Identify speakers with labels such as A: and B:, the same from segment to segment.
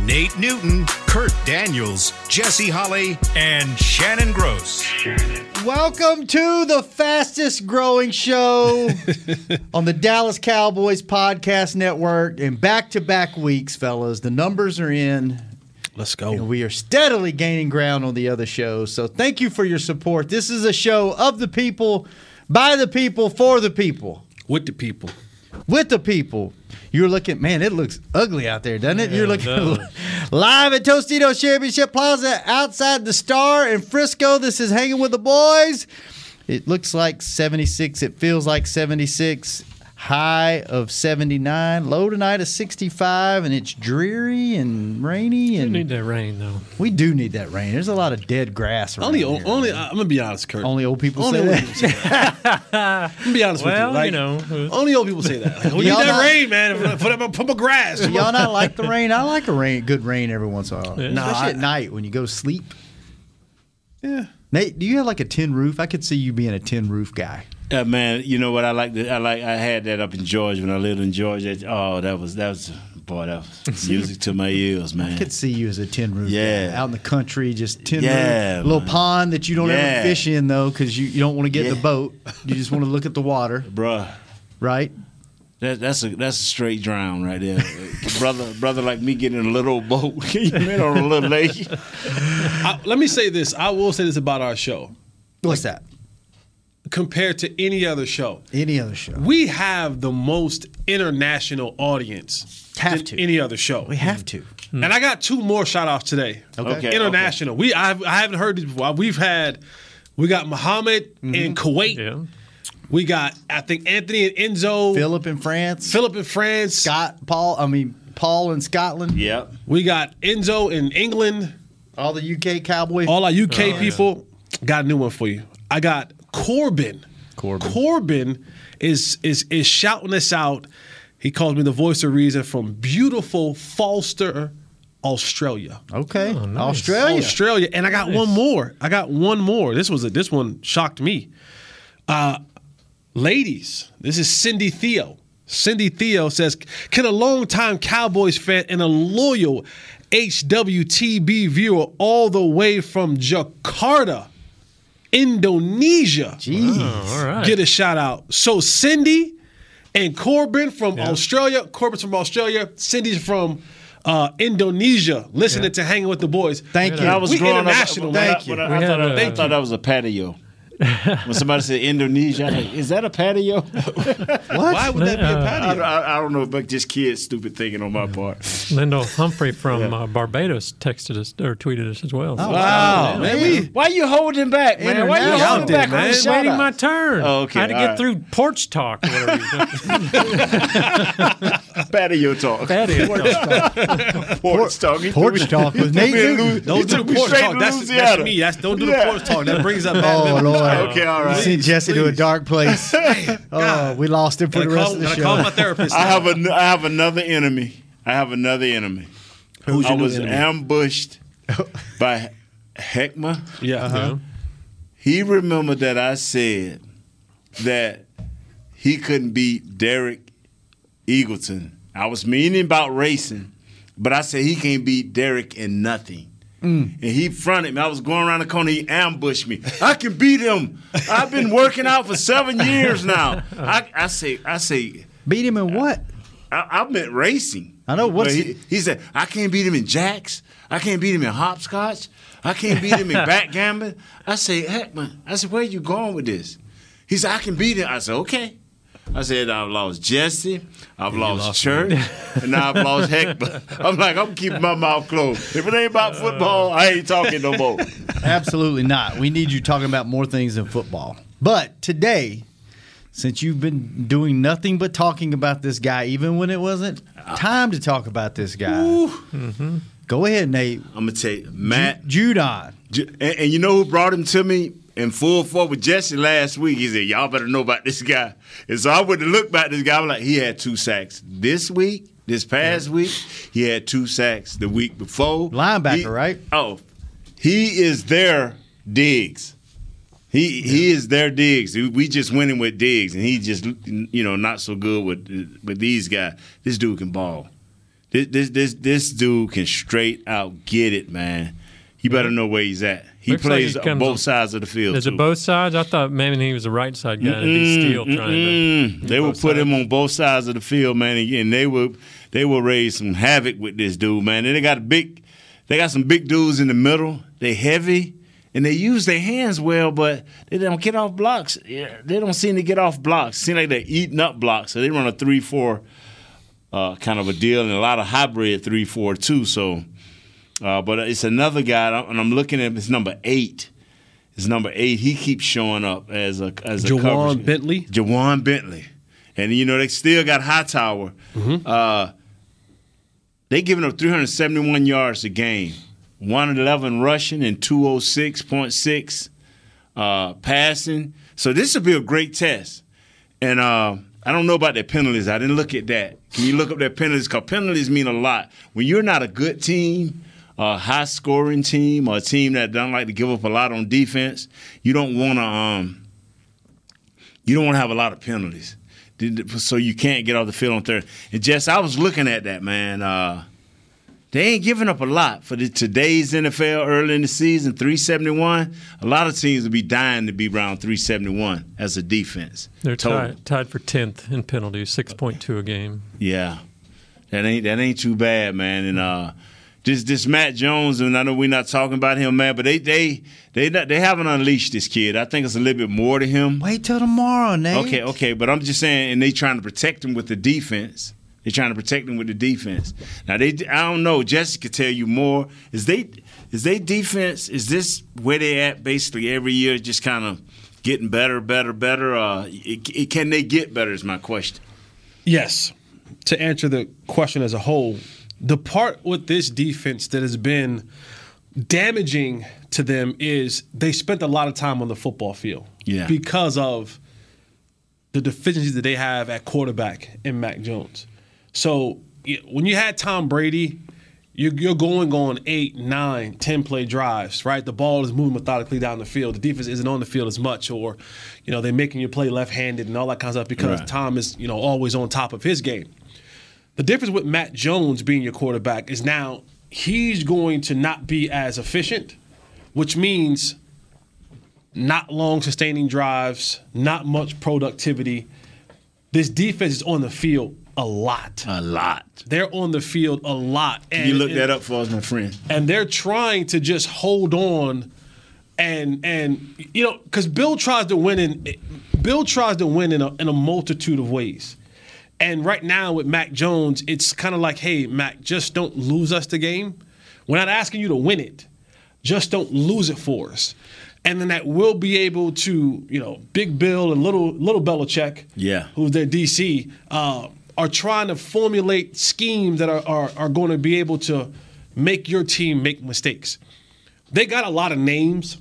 A: Nate Newton, Kurt Daniels, Jesse Holly, and Shannon Gross.
B: Welcome to the fastest growing show on the Dallas Cowboys Podcast Network. In back to back weeks, fellas, the numbers are in.
C: Let's
B: And
C: go.
B: we are steadily gaining ground on the other shows. So thank you for your support. This is a show of the people, by the people, for the people,
C: With the people.
B: with the people. You're looking, man, it looks ugly out there, doesn't it? You're looking live at Tostito Championship Plaza outside the Star in Frisco. This is Hanging with the Boys. It looks like 76. It feels like 76. High of 79. Low tonight of 65. And it's dreary and rainy. And
D: need that rain though.
B: we do need that rain. There's a lot of dead grass. Around
C: Only,
B: here.
C: only. uh, I'm gonna be honest, Kurt.
B: Only old people
C: Only
B: say
C: old
B: that.
C: people say that. I'm gonna be honest with you.
D: Well, you
C: Like,
D: know, it-
C: Only old people say that. Like, we need
B: Y'all
C: that
B: not-
C: rain, man. Put up, a- put up a grass.
B: Do y'all not like the rain? I like a rain, good rain every once in a while.
D: Yeah.
B: Nah, Especially
C: I-
B: at night when you go to sleep.
C: Yeah.
B: Nate, do you have like a tin roof? I could see you being a tin roof guy.
E: Uh, man, you know what I like? To, I like. I had that up in Georgia when I lived in Georgia. Oh, that was that was boy, that was music to my ears, man.
B: I could see you as a tin roof. guy.
E: Yeah.
B: out in the country, just tin
E: Yeah,
B: roof, little
E: man.
B: pond that you don't
E: Yeah.
B: ever fish in though, because you, you don't want to get in the
E: Yeah.
B: boat. You just want to look at the water,
E: Bruh,
B: right?
E: that, that's a that's a straight drown right there, brother. Brother, like me getting in a little boat, you been on a little lake.
C: I, let me say this. I will say this about our show
B: What's that?
C: compared to any other show.
B: Any other show?
C: We have the most international audience
B: Have
C: than
B: to.
C: any other show.
B: We have to.
C: And I got two more shout outs today.
B: Okay. Okay,
C: International. We I've, I haven't heard these before. We've had we got Muhammad in Kuwait.
D: Yeah.
C: We got I think Anthony and Enzo.
B: Philip in France,
C: Philip in France.
B: Scott, Paul. I mean Paul in Scotland.
E: Yep.
C: We got Enzo in England.
B: All the UK cowboy.
C: All our UK people. Got a new one for you. I got Corbin. Corbin. Corbin is is is shouting us out. He calls me the voice of reason from beautiful Falster, Australia.
B: okay,
C: Oh,
B: Australia.
C: Australia. And I got one more. I got one more. This was a, this one shocked me. Uh, ladies, this is Cindy Theo. Cindy Theo says, "Can a longtime Cowboys fan and a loyal HWTB viewer all the way from Jakarta, Indonesia,
B: Jeez.
E: Oh,
D: All right.
C: get a shout out?" So Cindy and Corbin from Australia. Corbin's from Australia. Cindy's from. Uh, Indonesia, listening to hanging with the boys.
B: Thank you.
E: I was
C: We
E: growing up-
C: international,
E: when I-
B: Thank you.
E: when I,
D: We
E: I thought,
D: had
E: I-
D: a-
E: I thought that was a patio. When somebody said Indonesia, I like, is that a patio?
C: Why would that be a
E: I,
C: patio?
E: I, I don't know, but just kids, stupid thinking on my part.
D: Lindell Humphrey from uh, Barbados texted us or tweeted us as well.
C: Wow, man, we
E: Why you holding back, man? Why you
B: International.
C: Y'all
E: holding back?
C: did, man.
E: on the
C: Waiting
E: shout
D: Waiting
E: out?
D: my turn.
E: Oh,
D: I
E: okay,
D: had to
E: all
D: get
E: right.
D: through porch talk. Whatever you
E: patio talk.
D: that is.
E: Porch talk. He
B: Porch
E: threw me-
B: talk with
E: threw
B: Nate
E: me a
B: Newton.
E: loose- he
C: don't do
E: threw me
C: porch
E: straight
C: talk.
E: to
C: That's, that's
E: Louisiana.
C: me. That's don't do
E: Yeah.
C: the porch talk. That brings up bad
B: Oh
C: memories.
B: Lord.
E: Okay, all
B: You
E: right.
B: sent Jesse to a dark place. oh,
C: God.
B: we lost him for
C: Gotta
B: the rest
C: call,
B: of the
C: gotta call my
B: show.
C: therapist.
E: I have a, I have another enemy. I have another enemy.
C: Who's
E: I
C: your new
E: was
C: enemy?
E: ambushed by Heckma.
C: yeah.
E: He remembered that I said that he couldn't beat Derek Eagleton. I was meaning about racing, but I said he can't beat Derek in nothing.
C: Mm.
E: And he fronted me. I was going around the corner. He ambushed me. I can beat him. I've been working out for seven years now. I, I say, I say,
B: Beat him in what?
E: I, I meant racing.
B: I know, what's
E: But he,
B: it-
E: he said. I can't beat him in jacks. I can't beat him in hopscotch. I can't beat him in backgammon. I say, heck, man. I said, where you going with this? He said, I can beat him. I said, okay. I said, I've lost Jesse. I've lost, Church. and now I've lost Heckman. I'm like, I'm keeping my mouth closed. If it ain't about football, I ain't talking no more.
B: Absolutely not. We need you talking about more things than football. But today, since you've been doing nothing but talking about this guy, even when it wasn't time to talk about this guy, Mm-hmm. go ahead, Nate.
E: I'm going to tell you, Matt
B: Judon.
E: Ju- And, and you know who brought him to me? in full force with Jesse last week. He said, Y'all better know about this guy. And so I went to look about this guy. I'm like, he had two sacks this week, this past week. He had two sacks the week before.
B: Linebacker,
E: He-
B: right?
E: Oh. He is their Diggs. He he is their Diggs. We just winning with Diggs, and he just you know not so good with with these guys. This dude can ball. This this this, this dude can straight out get it, man. You better know where he's at. He
D: Looks like
E: plays
D: he comes
E: both
D: on-
E: sides of the field.
D: Is
E: too.
D: it both sides? I thought maybe he was a right side guy. and He's still trying to.
E: Mm-mm. They will
D: both
E: put him on both sides of the field, man, and- and they will they will raise some havoc with this dude, man. And they got a big, they got some big dudes in the middle. They heavy and they use their hands well, but they don't get off blocks. Yeah, they don't seem to get off blocks. Seem like they're eating up blocks. So they run a three four uh, kind of a deal and a lot of hybrid three four two. So, uh, but it's another guy, and I'm looking at him. It's number eight. It's number eight. He keeps showing up as a as a
C: Jawan
E: coverage-
C: Bentley?
E: Jawan Bentley, and you know they still got Hightower.
C: Mm-hmm.
E: Uh, they giving up 371 yards a game, 111 rushing and 206.6 uh, passing. So this will be a great test. And uh, I don't know about their penalties. I didn't look at that. Can you look up their penalties? Because penalties mean a lot. When you're not a good team, a high scoring team, or a team that don't like to give up a lot on defense, you don't want to. Um, you don't want to have a lot of penalties. Did- So you can't get off the field on third. And Jess, I was looking at that man. Uh, they ain't giving up a lot for the, today's NFL early in the season, 371. A lot of teams will be dying to be around 371 as a defense.
D: They're
E: Total.
D: tied, tied for 10th in penalties, 6.2 a game.
E: Yeah, that ain't that ain't too bad, man. And uh, this this Matt Jones, and I know we're not talking about him, man, but they they they not, they haven't unleashed this kid. I think it's a little bit more to him.
B: Wait till tomorrow, Nate.
E: Okay, okay, but I'm just saying, and they trying to protect him with the defense. They're trying to protect him with the defense. Now they, I don't know. Jessica could tell you more. Is they, is they defense? Is this where they at? Basically, every year, just kind of getting better, better, better. Uh, it, it, can they get better? Is my question.
C: Yes. To answer the question as a whole, the part with this defense that has been damaging to them is they spent a lot of time on the football field.
E: Yeah.
C: Because of the deficiencies that they have at quarterback in Mac Jones. So y- when you had Tom Brady, you're, you're going on eight, nine, ten play drives, right? The ball is moving methodically down the field. The defense isn't on the field as much, or you know they're making you play left-handed and all that kind of stuff because
E: Right.
C: Tom is you know always on top of his game. The difference with Matt Jones being your quarterback is now he's going to not be as efficient, which means not long sustaining drives, not much productivity. This defense is on the field a lot.
E: A lot.
C: They're on the field a lot. And,
E: You look
C: and-
E: that up for us, my friend.
C: and they're trying to just hold on and and you know because bill tries to win in bill tries to win in a, in a multitude of ways and right now with mac jones it's kind of like hey mac just don't lose us the game we're not asking you to win it just don't lose it for us and then that will be able to you know big bill and little little belichick
E: Yeah.
C: who's their DC, uh, are trying to formulate schemes that are, are, are going to be able to make your team make mistakes. They got a lot of names.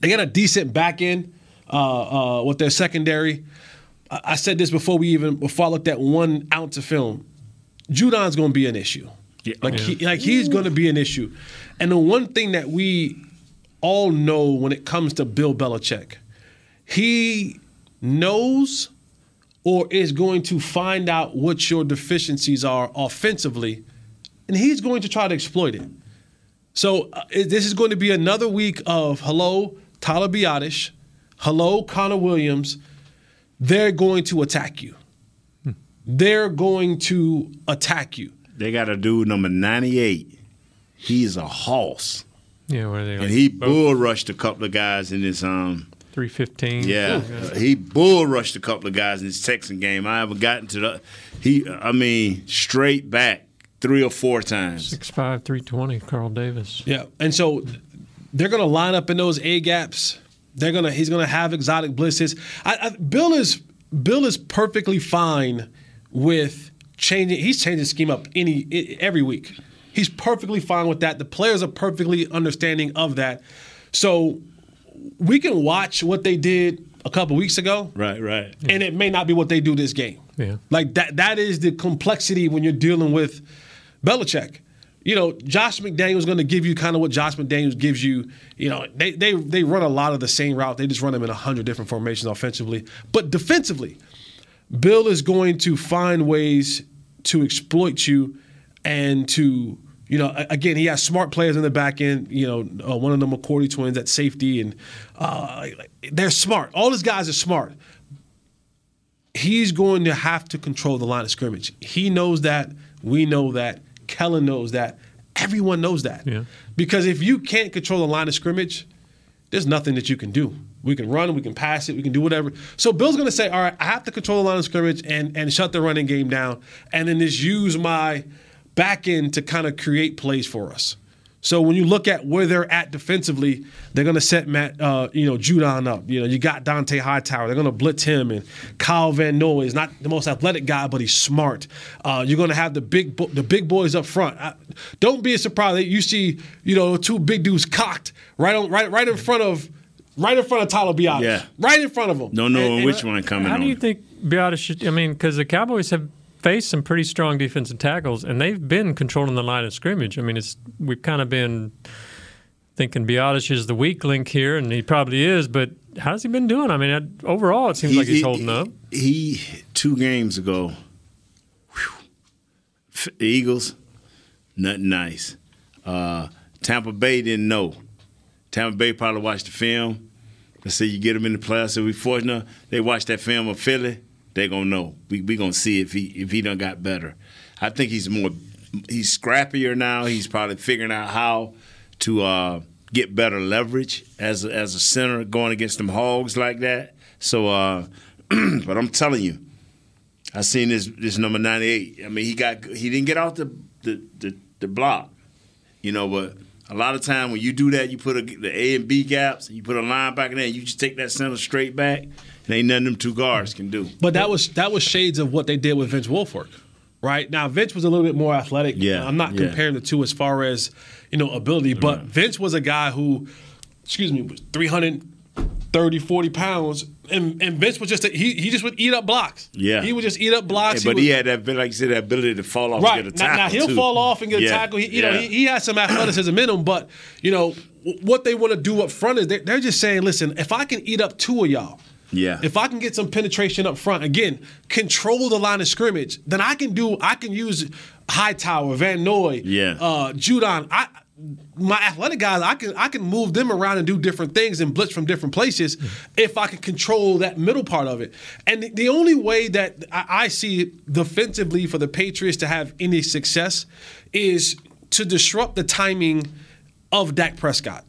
C: They got a decent back end uh, uh, with their secondary. I, I said this before we even before I looked at one ounce of film. Judon's going to be an issue. Like he, like he's going to be an issue. And the one thing that we all know when it comes to Bill Belichick, he knows or is going to find out what your deficiencies are offensively, and he's going to try to exploit it. So uh, it- this is going to be another week of hello Tyler Biotish, hello Connor Williams. They're going to attack you. They're going to attack you.
E: They got a dude number 98. He's a hoss.
D: Yeah, what are they? Like
E: And he
D: both
E: bull rushed a couple of guys in his um
D: 315.
E: yeah. Uh, he bull rushed a couple of guys in his Texan game. I haven't gotten to the he I mean straight back three or four times.
D: 6'5, 320, Carl Davis.
C: Yeah, and so they're going to line up in those A gaps. They're gonna. He's gonna have exotic blitzes. I, I, Bill is Bill is perfectly fine with changing. He's changing scheme up any i- every week. He's perfectly fine with that. The players are perfectly understanding of that. So we can watch what they did a couple weeks ago,
E: Right, right.
C: and it may not be what they do this game.
D: Yeah.
C: Like that that is the complexity when you're dealing with Belichick. You know, Josh McDaniel's going to give you kind of what Josh McDaniels gives you. You know, they they they run a lot of the same route. They just run them in a hundred different formations offensively, but defensively, Bill is going to find ways to exploit you and to you know a- again he has smart players in the back end you know uh, one of the McCourty twins at safety and uh, they're smart all these guys are smart he's going to have to control the line of scrimmage. He knows that. We know that. Kellen knows that. Everyone knows that.
D: Yeah.
C: Because if you can't control the line of scrimmage, there's nothing that you can do. We can run, we can pass it, we can do whatever. So Bill's going to say, all right, I have to control the line of scrimmage and, and shut the running game down, and then just use my back end to kind of create plays for us. So when you look at where they're at defensively, they're going to set Matt, uh, you know, Judon up. You know, you got Dante Hightower. They're going to blitz him, and Kyle Van Noy is not the most athletic guy, but he's smart. Uh, you're going to have the big bo- the big boys up front. I, don't be surprised that you see you know two big dudes cocked right on right right in front of right in front of Tyler Biadasz.
E: Yeah.
C: right in front of him.
E: Don't know
C: And- and-
E: which one coming
D: How
E: on.
D: do you think Biotis should? I mean, because the Cowboys have faced some pretty strong defensive tackles, and they've been controlling the line of scrimmage. I mean, it's we've kind of been thinking Biotis is the weak link here, and he probably is. But how's he been doing? I mean, I- overall, it seems like he's
E: he-
D: holding up.
E: He two games ago, whew, F- Eagles, nothing nice. Uh, Tampa Bay didn't know. Tampa Bay probably watched the film. Let's say you get them in the playoffs. If we fortunate, enough, they watch that film of Philly. They gonna know. We we gonna see if he if he done got better. I think he's more he's scrappier now. He's probably figuring out how to uh, get better leverage as a, as a center going against them hogs like that. So, uh, but I'm telling you, I seen this this number 98. I mean, he got he didn't get off the the, the, the block, you know. But a lot of time when you do that, you put a, the A and B gaps, you put a linebacker there, you just take that center straight back, and ain't nothing them two guards can do.
C: But that was that was shades of what they did with Vince Wilfork, right? Now Vince was a little bit more athletic.
E: Yeah,
C: I'm not
E: yeah.
C: comparing the two as far as you know ability, but Vince was a guy who, excuse me, was 330, 40 pounds, and and Vince was just a, he he just would eat up blocks.
E: Yeah.
C: he would just eat up blocks.
E: but
C: was-
E: he had that, like you said, that ability to fall off
C: Right.
E: and get a
C: now,
E: tackle.
C: now he'll
E: too.
C: fall off and get
E: Yeah,
C: a tackle. He, you know,
E: yeah.
C: he, he has some athleticism in him, but you know w- what they want to do up front is they're, they're just saying, listen, if I can eat up two of y'all,
E: Yeah.
C: if I can get some penetration up front, again, control the line of scrimmage, then I can do. I can use Hightower, Van Noy,
E: Yeah.
C: uh, Judon. I my athletic guys, I can I can move them around and do different things and blitz from different places if I can control that middle part of it. And the, the only way that I, I see defensively for the Patriots to have any success is to disrupt the timing of Dak Prescott.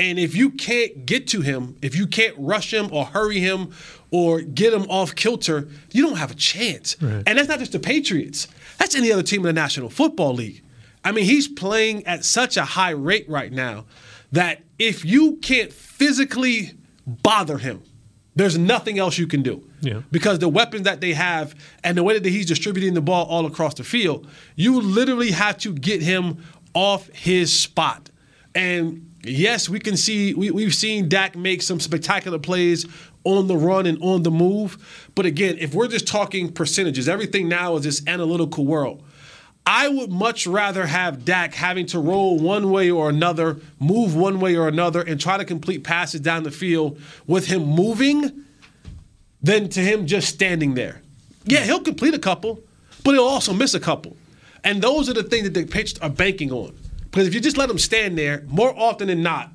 C: And if you can't get to him, if you can't rush him or hurry him or get him off kilter, you don't have a chance. And that's not just the Patriots. That's any other team in the National Football League. I mean, he's playing at such a high rate right now that if you can't physically bother him, there's nothing else you can do.
D: Yeah.
C: Because the weapons that they have and the way that he's distributing the ball all across the field, you literally have to get him off his spot. And yes, we can see we, we've seen Dak make some spectacular plays on the run and on the move. But again, if we're just talking percentages, everything now is this analytical world. I would much rather have Dak having to roll one way or another, move one way or another, and try to complete passes down the field with him moving than to him just standing there. Yeah, he'll complete a couple, but he'll also miss a couple. And those are the things that the pitched are banking on. Because if you just let him stand there, more often than not,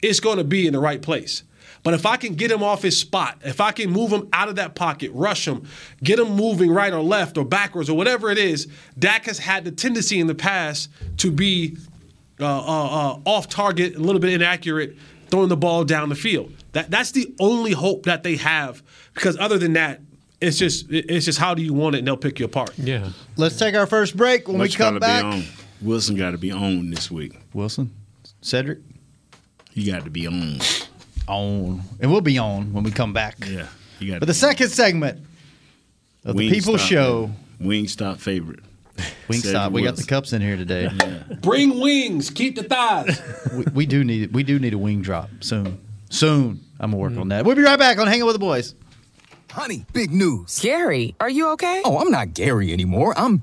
C: it's going to be in the right place. But if I can get him off his spot, if I can move him out of that pocket, rush him, get him moving right or left or backwards or whatever it is, Dak has had the tendency in the past to be uh, uh, uh, off target, a little bit inaccurate, throwing the ball down the field. That that's the only hope that they have because other than that, it's just it- it's just how do you want it, and they'll pick you apart.
D: Yeah.
B: Let's take our first break. When
E: Much
B: we come
E: gotta
B: back,
E: Be on. Wilson got to be on this week.
B: Wilson, Cedric,
E: He got to be on.
B: on, and we'll be on when we come back.
E: Yeah, you got.
B: For the second segment of the People Show,
E: Wingstop favorite.
B: Wingstop.
E: Cedric
B: We got the
E: Wilson.
B: cups in here today.
C: Bring wings, keep the thighs.
B: we, we do need we do need a wing drop soon. soon. I'm gonna work on that. We'll be right back on Hanging with the Boys.
F: Honey, big news.
G: Gary, are you okay?
F: Oh, I'm not Gary anymore. I'm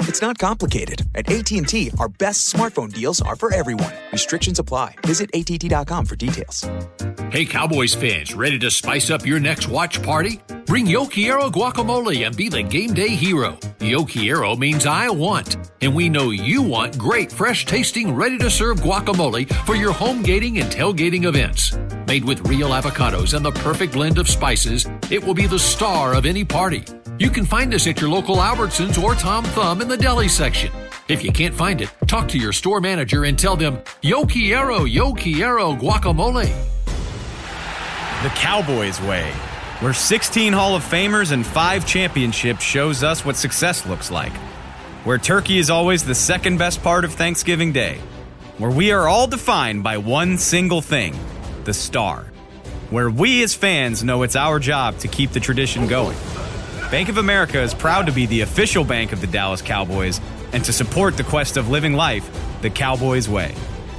H: It's not complicated. At AT&T, our best smartphone deals are for everyone. Restrictions apply. Visit att.com for details.
I: Hey, Cowboys fans, ready to spice up your next watch party? Bring Yokiero guacamole and be the game day hero. Yokiero means I want, and we know you want great, fresh tasting, ready to serve guacamole for your home gating and tailgating events. Made with real avocados and the perfect blend of spices, it will be the star of any party. You can find us at your local Albertsons or Tom Thumb in the deli section. If you can't find it, talk to your store manager and tell them, Yo Quiero, Yo Quiero guacamole.
J: The Cowboys way, where 16 Hall of Famers and 5 championships shows us what success looks like. Where turkey is always the second best part of Thanksgiving Day. Where we are all defined by one single thing the star. Where we as fans know it's our job to keep the tradition going. Bank of America is proud to be the official bank of the Dallas Cowboys and to support the quest of living life the Cowboys way.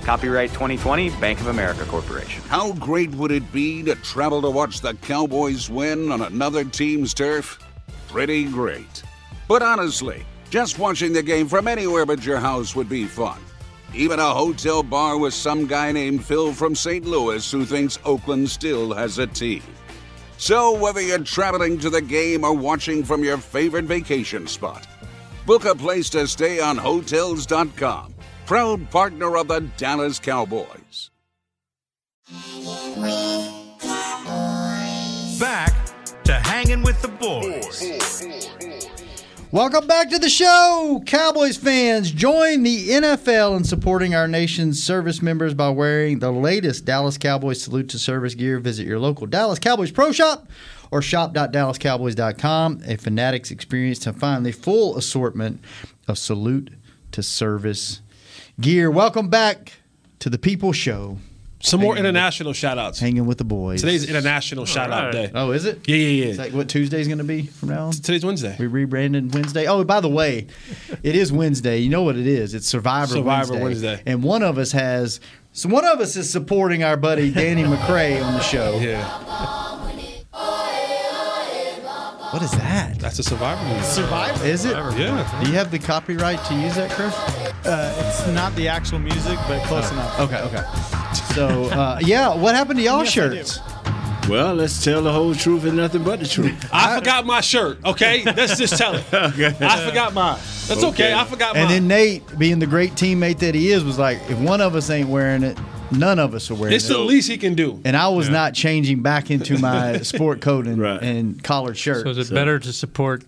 J: Copyright 2020, Bank of America Corporation.
K: How great would it be to travel to watch the Cowboys win on another team's turf? Pretty great. But honestly, just watching the game from anywhere but your house would be fun. Even a hotel bar with some guy named Phil from St. Louis who thinks Oakland still has a team. So, whether you're traveling to the game or watching from your favorite vacation spot, book a place to stay on Hotels.com. Proud partner of the Dallas Cowboys.
L: Back to Hanging with the Boys.
B: Welcome back to the show, Cowboys fans. Join the NFL in supporting our nation's service members by wearing the latest Dallas Cowboys salute to service gear. Visit your local Dallas Cowboys Pro Shop or shop.dallascowboys.com, a fanatics experience to find the full assortment of salute to service gear. Welcome back to the People Show,
C: Some more international shout outs.
B: hanging with the boys.
C: Today's International Shout Out
D: right.
C: Day.
B: oh, is it?
C: Yeah, yeah, yeah.
B: Is that what Tuesday's going to be from now on?
C: Today's Wednesday.
B: We rebranded Wednesday. Oh, by the way, it is Wednesday. You know what it is? It's Survivor,
C: Survivor
B: Wednesday.
C: Wednesday.
B: And one of us has. So one of us is supporting our buddy Danny McCray on the show.
C: Yeah,
B: What is that?
C: that's a survivor movie.
B: Survivor? Is it?
C: Yeah.
B: Do you have the copyright to use that, Chris?
M: Uh,
B: Oh,
M: It's not the actual music, but close enough.
B: Okay, okay. So uh, yeah, what happened to y'all
M: Yes, I do.
B: shirts?
N: Well, let's tell the whole truth and nothing but the truth.
C: I forgot my shirt. Okay, let's just tell it. I forgot mine. That's
N: Okay.
C: okay. I forgot
B: And
C: mine.
B: then Nate, being the great teammate that he is, was like, if one of us ain't wearing it, none of us are wearing
C: it's
B: it.
C: the least he can do.
B: and I was not changing back into my sport coat and,
N: Right.
B: and collared shirt.
D: So is it better to support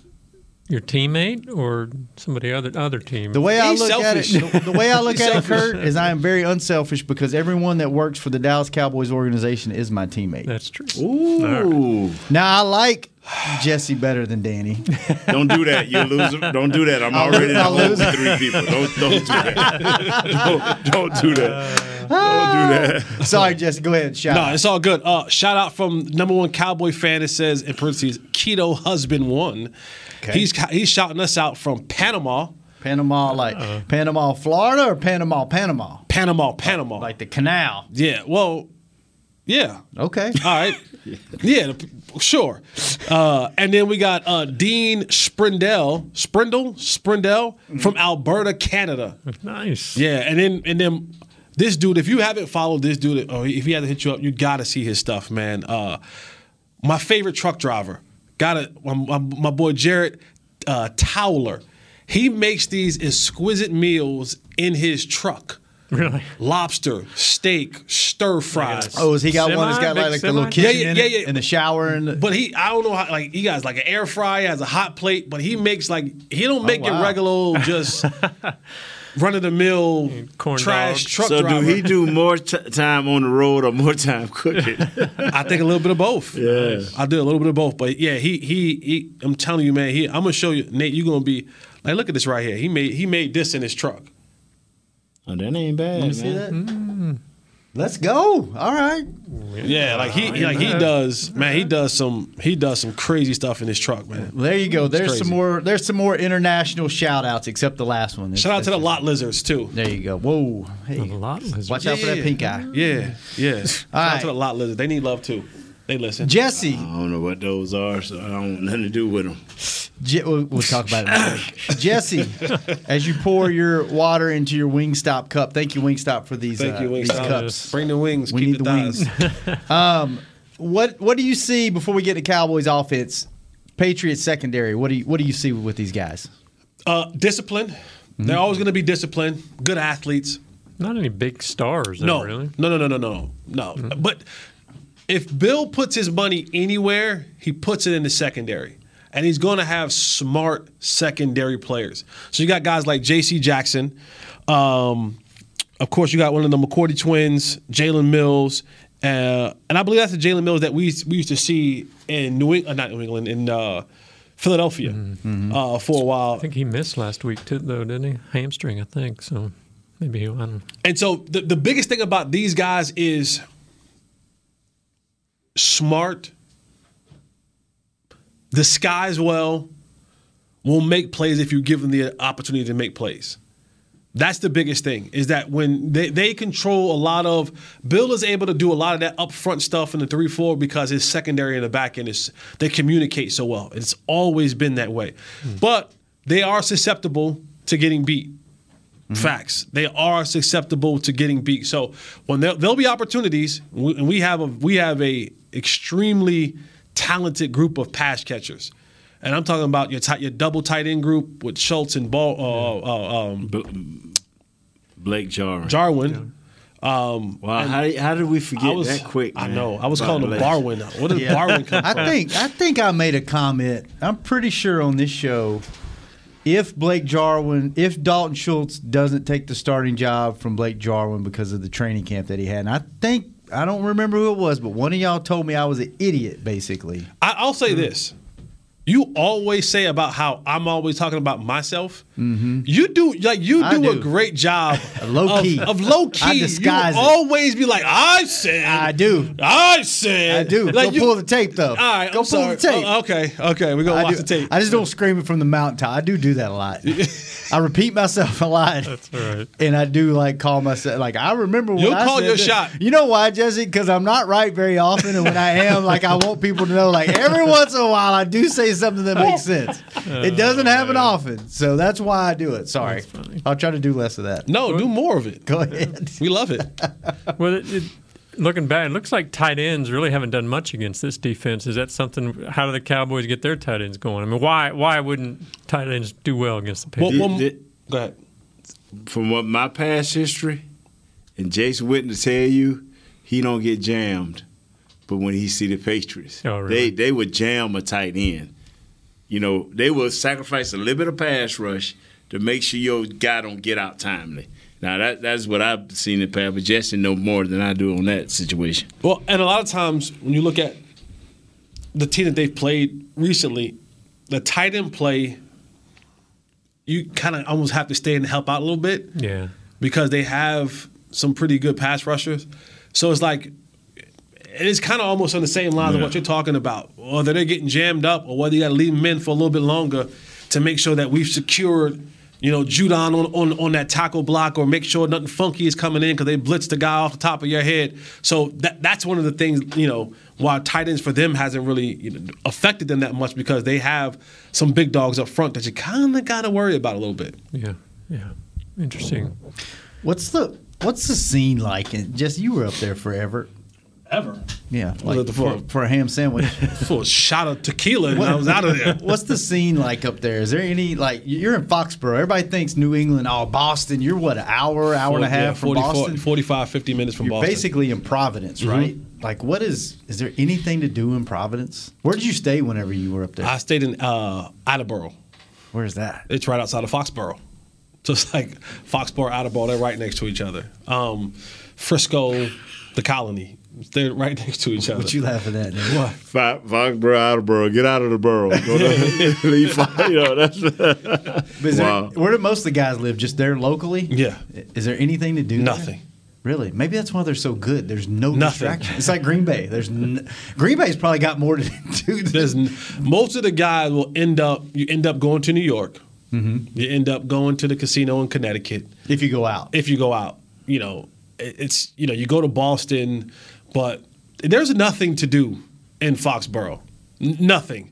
D: your teammate or somebody other other team?
B: The way I
C: He's
B: look at
C: selfish.
B: it, the, the way I look
C: He's
B: at it,
C: selfish.
B: Kurt, is I am very unselfish because everyone that works for the Dallas Cowboys organization is my teammate.
D: That's true.
N: Ooh.
B: now I like Jesse better than Danny.
N: Don't do that. You lose. Don't do that. I'm
B: I'll
N: already
B: lose-
N: at
B: I'll
N: home
B: lose.
N: with three people. Don't don't do that. Don't, don't do
B: Uh,
N: that. Don't do that.
B: Sorry, Jesse. Go ahead. and Shout.
C: No,
B: out.
C: it's all good. Uh, shout out from number one cowboy fan. It says in parentheses, keto husband one. He's he's shouting us out from Panama,
B: Panama, like
D: Uh-huh.
B: Panama, Florida, or Panama, Panama,
C: Panama, Panama.
B: like the canal.
C: yeah, well, yeah.
B: Okay.
C: All right. yeah, the p- sure. Uh, and then we got uh, Dean Sprindell, Sprindle, Sprindell from Alberta, Canada.
D: Nice.
C: Yeah, and then and then this dude, if you haven't followed this dude, oh, if he hasn't hit you up, you gotta see his stuff, man. Uh, my favorite truck driver, gotta my, my, my boy Jared uh, Towler. He makes these exquisite meals in his truck.
D: Really?
C: Lobster, steak, stir fries.
B: Oh, has he got one that's
D: Semi?
B: got like,
D: Big
B: like the little
D: semi?
B: kitchen
C: Yeah, yeah,
B: in
C: yeah,
B: it
C: yeah.
B: and the shower and the,
C: But he, I don't know how. Like he got like an air fryer, has a hot plate, but he makes like he don't make
B: Oh, wow.
C: it regular, old, just run of the mill
D: corn
C: trash
D: dog.
C: truck
N: So
C: driver.
N: do he do more t- time on the road or more time cooking? Uh,
C: I think a little bit of both. Yeah, I do a little bit of both. But yeah, he he, he I'm telling you, man. He, I'm gonna show you, Nate. You're gonna be like, look at this right here. He made he made this in his truck.
E: Oh, that ain't bad.
B: Let me see that.
D: Mm.
B: Let's go. All right.
C: Yeah, like he like he does, man. He does some he does some crazy stuff in his truck, man.
B: There you go.
C: It's
B: There's
C: crazy.
B: some more. There's some more international shout outs, except the last one.
C: Shout out to the lot lizards too.
B: There you go. Whoa, hey,
D: lot lizards.
B: Watch out for that pink eye.
C: Yeah, yeah. Shout out
B: right.
C: to the lot lizards. They need love too. They listen.
B: Jesse.
E: I don't know what those are, so I don't want nothing to do with them.
B: Je- we'll, we'll talk about it. later. Jesse, as you pour your water into your Wingstop cup, thank you Wingstop for these.
C: Thank
B: uh,
C: you,
B: these
C: Wingstop.
B: cups.
C: Bring the wings.
B: We
C: keep
B: need
C: the,
B: the
C: thighs.
B: wings. um, what What do you see before we get to Cowboys offense? Patriots secondary. What do you What do you see with these guys?
C: Uh, discipline. They're
B: Mm-hmm.
C: always going to be disciplined. Good athletes.
D: Not any big stars, though,
C: no,
D: really. Mm-hmm.
C: No, no, no, no, no, no. But if Bill puts his money anywhere, he puts it in the secondary. And he's going to have smart secondary players. So you got guys like J.C. Jackson. Um, of course, you got one of the McCourty twins, Jalen Mills. Uh, and I believe that's the Jalen Mills that we, we used to see in New England, not New England, in uh, Philadelphia uh, for a while.
D: Mm-hmm. I think he missed last week too, though, didn't he? Hamstring, I think. So maybe he'll. I don't know.
C: And so the, the biggest thing about these guys is smart, disguise well, will make plays if you give them the opportunity to make plays. That's the biggest thing is that when they, they control a lot of Bill is able to do a lot of that upfront stuff in the three four because his secondary and the back end is they communicate so well. It's always been that way. But they are susceptible to getting beat. Mm-hmm. Facts. They are susceptible to getting beat. So when there, there'll be opportunities, we- and we have a we have a extremely talented group of pass catchers, and I'm talking about your tight, your double tight end group with Schultz and Ball, uh, uh, um,
E: Blake Jarwin.
C: Jarwin. Um,
E: Wow,
C: and
E: how, did- how did we forget
C: I was-
E: that quick?
C: I
E: man?
C: know. I was
E: About
C: calling him
E: Blake.
C: Barwin. What does
B: Yeah.
C: Barwin come
B: I
C: from?
B: think I think I made a comment. I'm pretty sure on this show, if Blake Jarwin, if Dalton Schultz doesn't take the starting job from Blake Jarwin because of the training camp that he had, and I think I don't remember who it was, but one of y'all told me I was an idiot, basically.
C: I, I'll say
B: Mm-hmm.
C: this. You always say about how I'm always talking about myself. You do like you
B: Mm-hmm. I
C: do, a
B: do.
C: great job
B: Low
C: of-
B: key.
C: of, low key.
B: I disguise it.
C: you always be like I said. I
B: do.
C: I said.
B: I do.
C: Like
B: Go
C: you-
B: pull the tape though.
C: All right,
B: Go pull
C: I'm sorry.
B: the tape.
C: Oh, okay, okay, we're gonna
B: I
C: watch
B: do-
C: the tape.
B: I just don't scream it from the mountaintop. I do do that a lot. I repeat myself a lot. That's
D: all right.
B: And I do like call myself like I remember when
C: You'll
B: I
C: call
B: said
C: your
B: that.
C: shot.
B: You know why, Jesse? Because I'm not right very often, and when I am, like I want people to know. Like every once in a while, I do say something that makes sense. It doesn't happen often, so that's why I do it. Sorry, I'll try to do less of that.
C: No, do more of it.
B: Go ahead.
C: We love it.
D: Well, it, it, looking back, it looks like tight ends really haven't done much against this defense. Is that something? How do the Cowboys get their tight ends going? I mean, why why wouldn't tight ends do well against the Patriots?
C: go ahead.
E: From what my past history, and Jason Witten to tell you, he don't get jammed. But when he see the Patriots,
D: Oh, really?
E: they they would jam a tight end. You know, they will sacrifice a little bit of pass rush to make sure your guy don't get out timely. Now that that's what I've seen in the past, but Jesse know more than I do on that situation.
C: Well, and a lot of times when you look at the team that they've played recently, the tight end play, you kind of almost have to stay and help out a little bit
D: Yeah.
C: because they have some pretty good pass rushers. So it's like it is kind of almost on the same lines of what you're talking about. Whether they're getting jammed up or whether you got to leave men for a little bit longer to make sure that we've secured, you know, Judon on, on, on that tackle block or make sure nothing funky is coming in because they blitz the guy off the top of your head. So that that's one of the things, you know, why tight ends for them hasn't really you know, affected them that much because they have some big dogs up front that you kind of got to worry about a little bit.
D: Yeah, yeah. Interesting.
B: What's the What's the scene like? And Jesse, you were up there forever.
C: Ever.
B: Yeah,
C: was
B: like
C: at the
B: for,
C: full-
B: for a ham sandwich.
C: Full shot of tequila and I was out of there.
B: What's the scene like up there? Is there any like you're in Foxborough? Everybody thinks New England, oh Boston. You're what an hour, hour and a
C: Forty- yeah,
B: half from
C: 40,
B: Boston.
C: 45, 50 minutes from
B: you're
C: Boston.
B: basically in Providence,
C: Mhm.
B: right? Like, what is is there anything to do in Providence? Where did you stay whenever you were up there?
C: I stayed in uh, Attleboro.
B: Where's that?
C: It's right outside of Foxborough. So it's like Foxborough, Attleboro, they're right next to each other. Um, Frisco, the colony. They're right next to each other.
B: What you laughing at? Nick? What?
N: Fox, Foxborough, out of borough. Get out of the borough. Go to- leave. Fox- You know, that's
B: But is there-
N: Wow.
B: where do most of the guys live? Just there locally? Yeah. Is there anything to do? there?
C: Nothing.
B: Really? Maybe that's why they're so good. There's no
C: Nothing.
B: distraction. It's like Green Bay. There's n- Green Bay's probably got more to do.
C: There's n- most of the guys will end up. You end up going to New York.
B: Mm-hmm.
C: You end up going to the casino in Connecticut.
B: If you go out.
C: If you go out, you know, it- it's you know, you go to Boston, but there's nothing to do in Foxborough. N- nothing.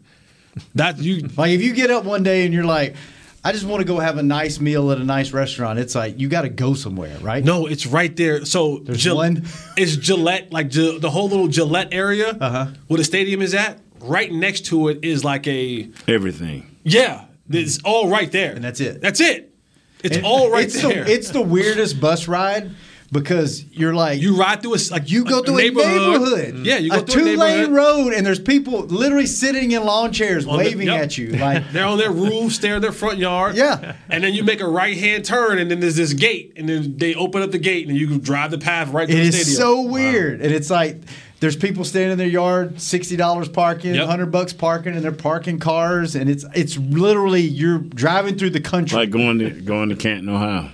C: That you
B: like if you get up one day and you're like, I just want to go have a nice meal at a nice restaurant. It's like you got to go somewhere, right?
C: No, it's right there. So
B: there's
C: Gil-
B: one.
C: It's Gillette, like Gil- the whole little Gillette area
B: Uh-huh.
C: where the stadium is at. Right next to it is like a
E: everything.
C: yeah. It's all right there, and that's
B: it.
C: That's it. It's
B: And
C: all right
B: it's
C: there.
B: The, it's the weirdest bus ride because you're like you
C: ride through a like
B: you go
C: a
B: through
C: neighborhood. Mm.
B: a neighborhood. Mm.
C: Yeah, you go
B: a
C: through a
B: two
C: neighborhood.
B: lane road, and there's people literally sitting in lawn chairs
C: On the-
B: waving
C: yep.
B: at you. Like
C: they're on their roof, stare at their front yard.
B: Yeah,
C: and then you make a right hand turn, and then there's this gate, and then they open up the gate, and you can drive the path right to
B: it
C: the
B: is
C: stadium.
B: so weird, and it's like. There's people standing in their yard, sixty dollars parking,
C: Yep.
B: hundred bucks parking, and they're parking cars, and it's it's literally you're driving through the country.
E: Like going to going to Canton, Ohio.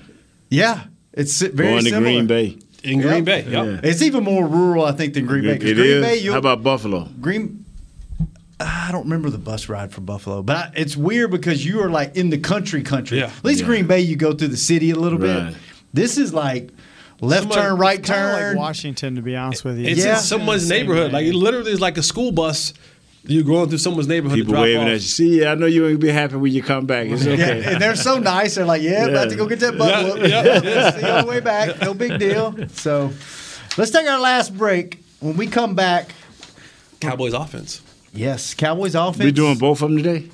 B: yeah, it's very
E: going
B: similar.
E: to Green Bay.
C: In
B: Green Bay, It's even more rural, I think, than Green Bay. 'cause
E: It
B: Green
E: is.
B: Bay, you'll-
E: How about Buffalo?
B: Green. I don't remember the bus ride for Buffalo, but I, it's weird because you are like in the country, country.
C: Yeah.
B: At least
C: Yeah.
B: Green Bay, you go through the city a little
E: Right.
B: bit. This is like left
M: Somebody-
B: turn, right
M: it's kinda
B: turn.
M: Like Washington, to be honest with you.
C: It's
M: Yeah.
C: in someone's
M: Same
C: neighborhood.
M: way.
C: Like it literally is like a school bus. You're going through someone's neighborhood.
E: People
C: to drop
E: waving
C: off.
E: at you. See, yeah, I know you ain't be happy when you come back. It's okay.
B: Yeah, and they're so nice. They're like, yeah, about to go get that butt
C: Yeah,
B: whooped.
C: yeah,
B: See you on the way back. No big deal. So let's take our last break. When we come back,
C: Cowboys offense.
B: yes, Cowboys offense.
E: We doing both of them today?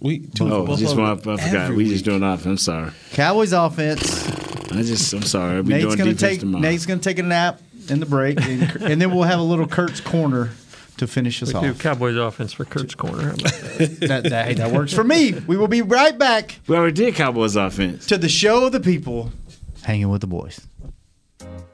C: We doing
E: oh,
C: both
E: just
C: of
E: one, I, I
C: them
E: forgot.
C: every
E: We just doing offense. I'm sorry.
B: Cowboys offense.
E: I just I'm sorry. We
B: Nate's
E: doing
B: gonna
E: defense
B: take
E: tomorrow.
B: Nate's gonna take a nap in the break, and, and then we'll have a little Kurt's corner to finish us
D: We
B: off.
D: do Cowboys offense for Kurt's corner.
B: that, that, hey, that works for me. We will be right back
E: We already did Cowboys offense.
B: to the show of the people, hanging with the boys.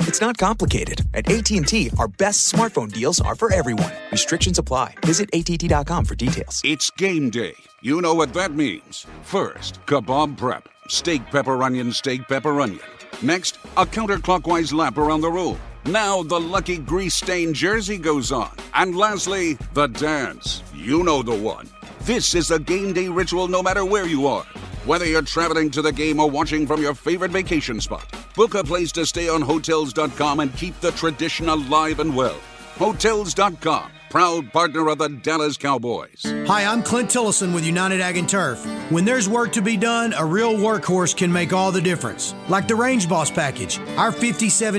H: It's not complicated. At AT&T, our best smartphone deals are for everyone. Restrictions apply. Visit att.com for details.
K: It's game day. You know what that means. First, kebab prep. Steak, pepper, onion, steak, pepper, onion. Next, a counterclockwise lap around the room. Now, the lucky grease stained jersey goes on. And lastly, the dance. You know the one. This is a game day ritual no matter where you are. Whether you're traveling to the game or watching from your favorite vacation spot, book a place to stay on Hotels.com and keep the tradition alive and well. Hotels.com, proud partner of the Dallas Cowboys.
O: Hi, I'm Clint Tillison with United Ag and Turf. When there's work to be done, a real workhorse can make all the difference. Like the Range Boss package, our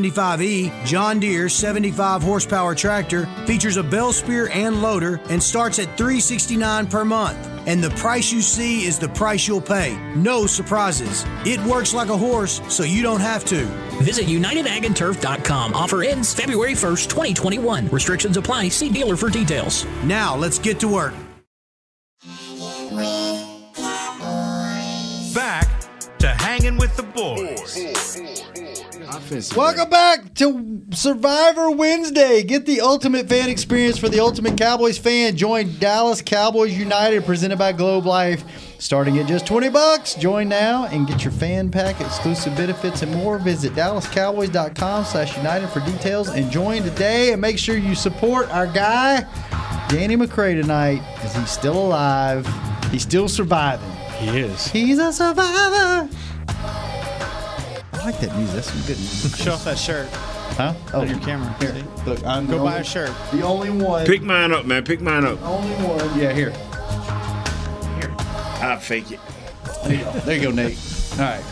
O: 5075E John Deere 75 horsepower tractor features a bell spear and loader and starts at 369 per month. And the price you see is the price you'll pay. No surprises. It works like a horse, so you don't have to.
P: Visit UnitedAgAndTurf.com. Offer ends February 1st, 2021. Restrictions apply. See dealer for details.
O: Now let's get to work.
L: Back to hanging with the boys.
B: Welcome back to Survivor Wednesday. Get the ultimate fan experience for the ultimate Cowboys fan. Join Dallas Cowboys United, presented by Globe Life. Starting at just 20 bucks. Join now and get your fan pack, exclusive benefits, and more. Visit DallasCowboys.com slash United for details and join today. And make sure you support our guy, Danny McCray, tonight, because he's still alive. He's still surviving.
C: He is.
B: He's a survivor. I like that music. That's some good music.
M: Show off that shirt.
B: Huh?
M: Oh, your camera.
B: Here. Look, I'm
M: Go
B: the
M: buy
B: only-
M: a shirt.
B: The only one.
E: Pick mine up, man. Pick mine up.
B: Only one. Yeah, here.
E: I'll fake it.
B: There you go. There you go, Nate. All right.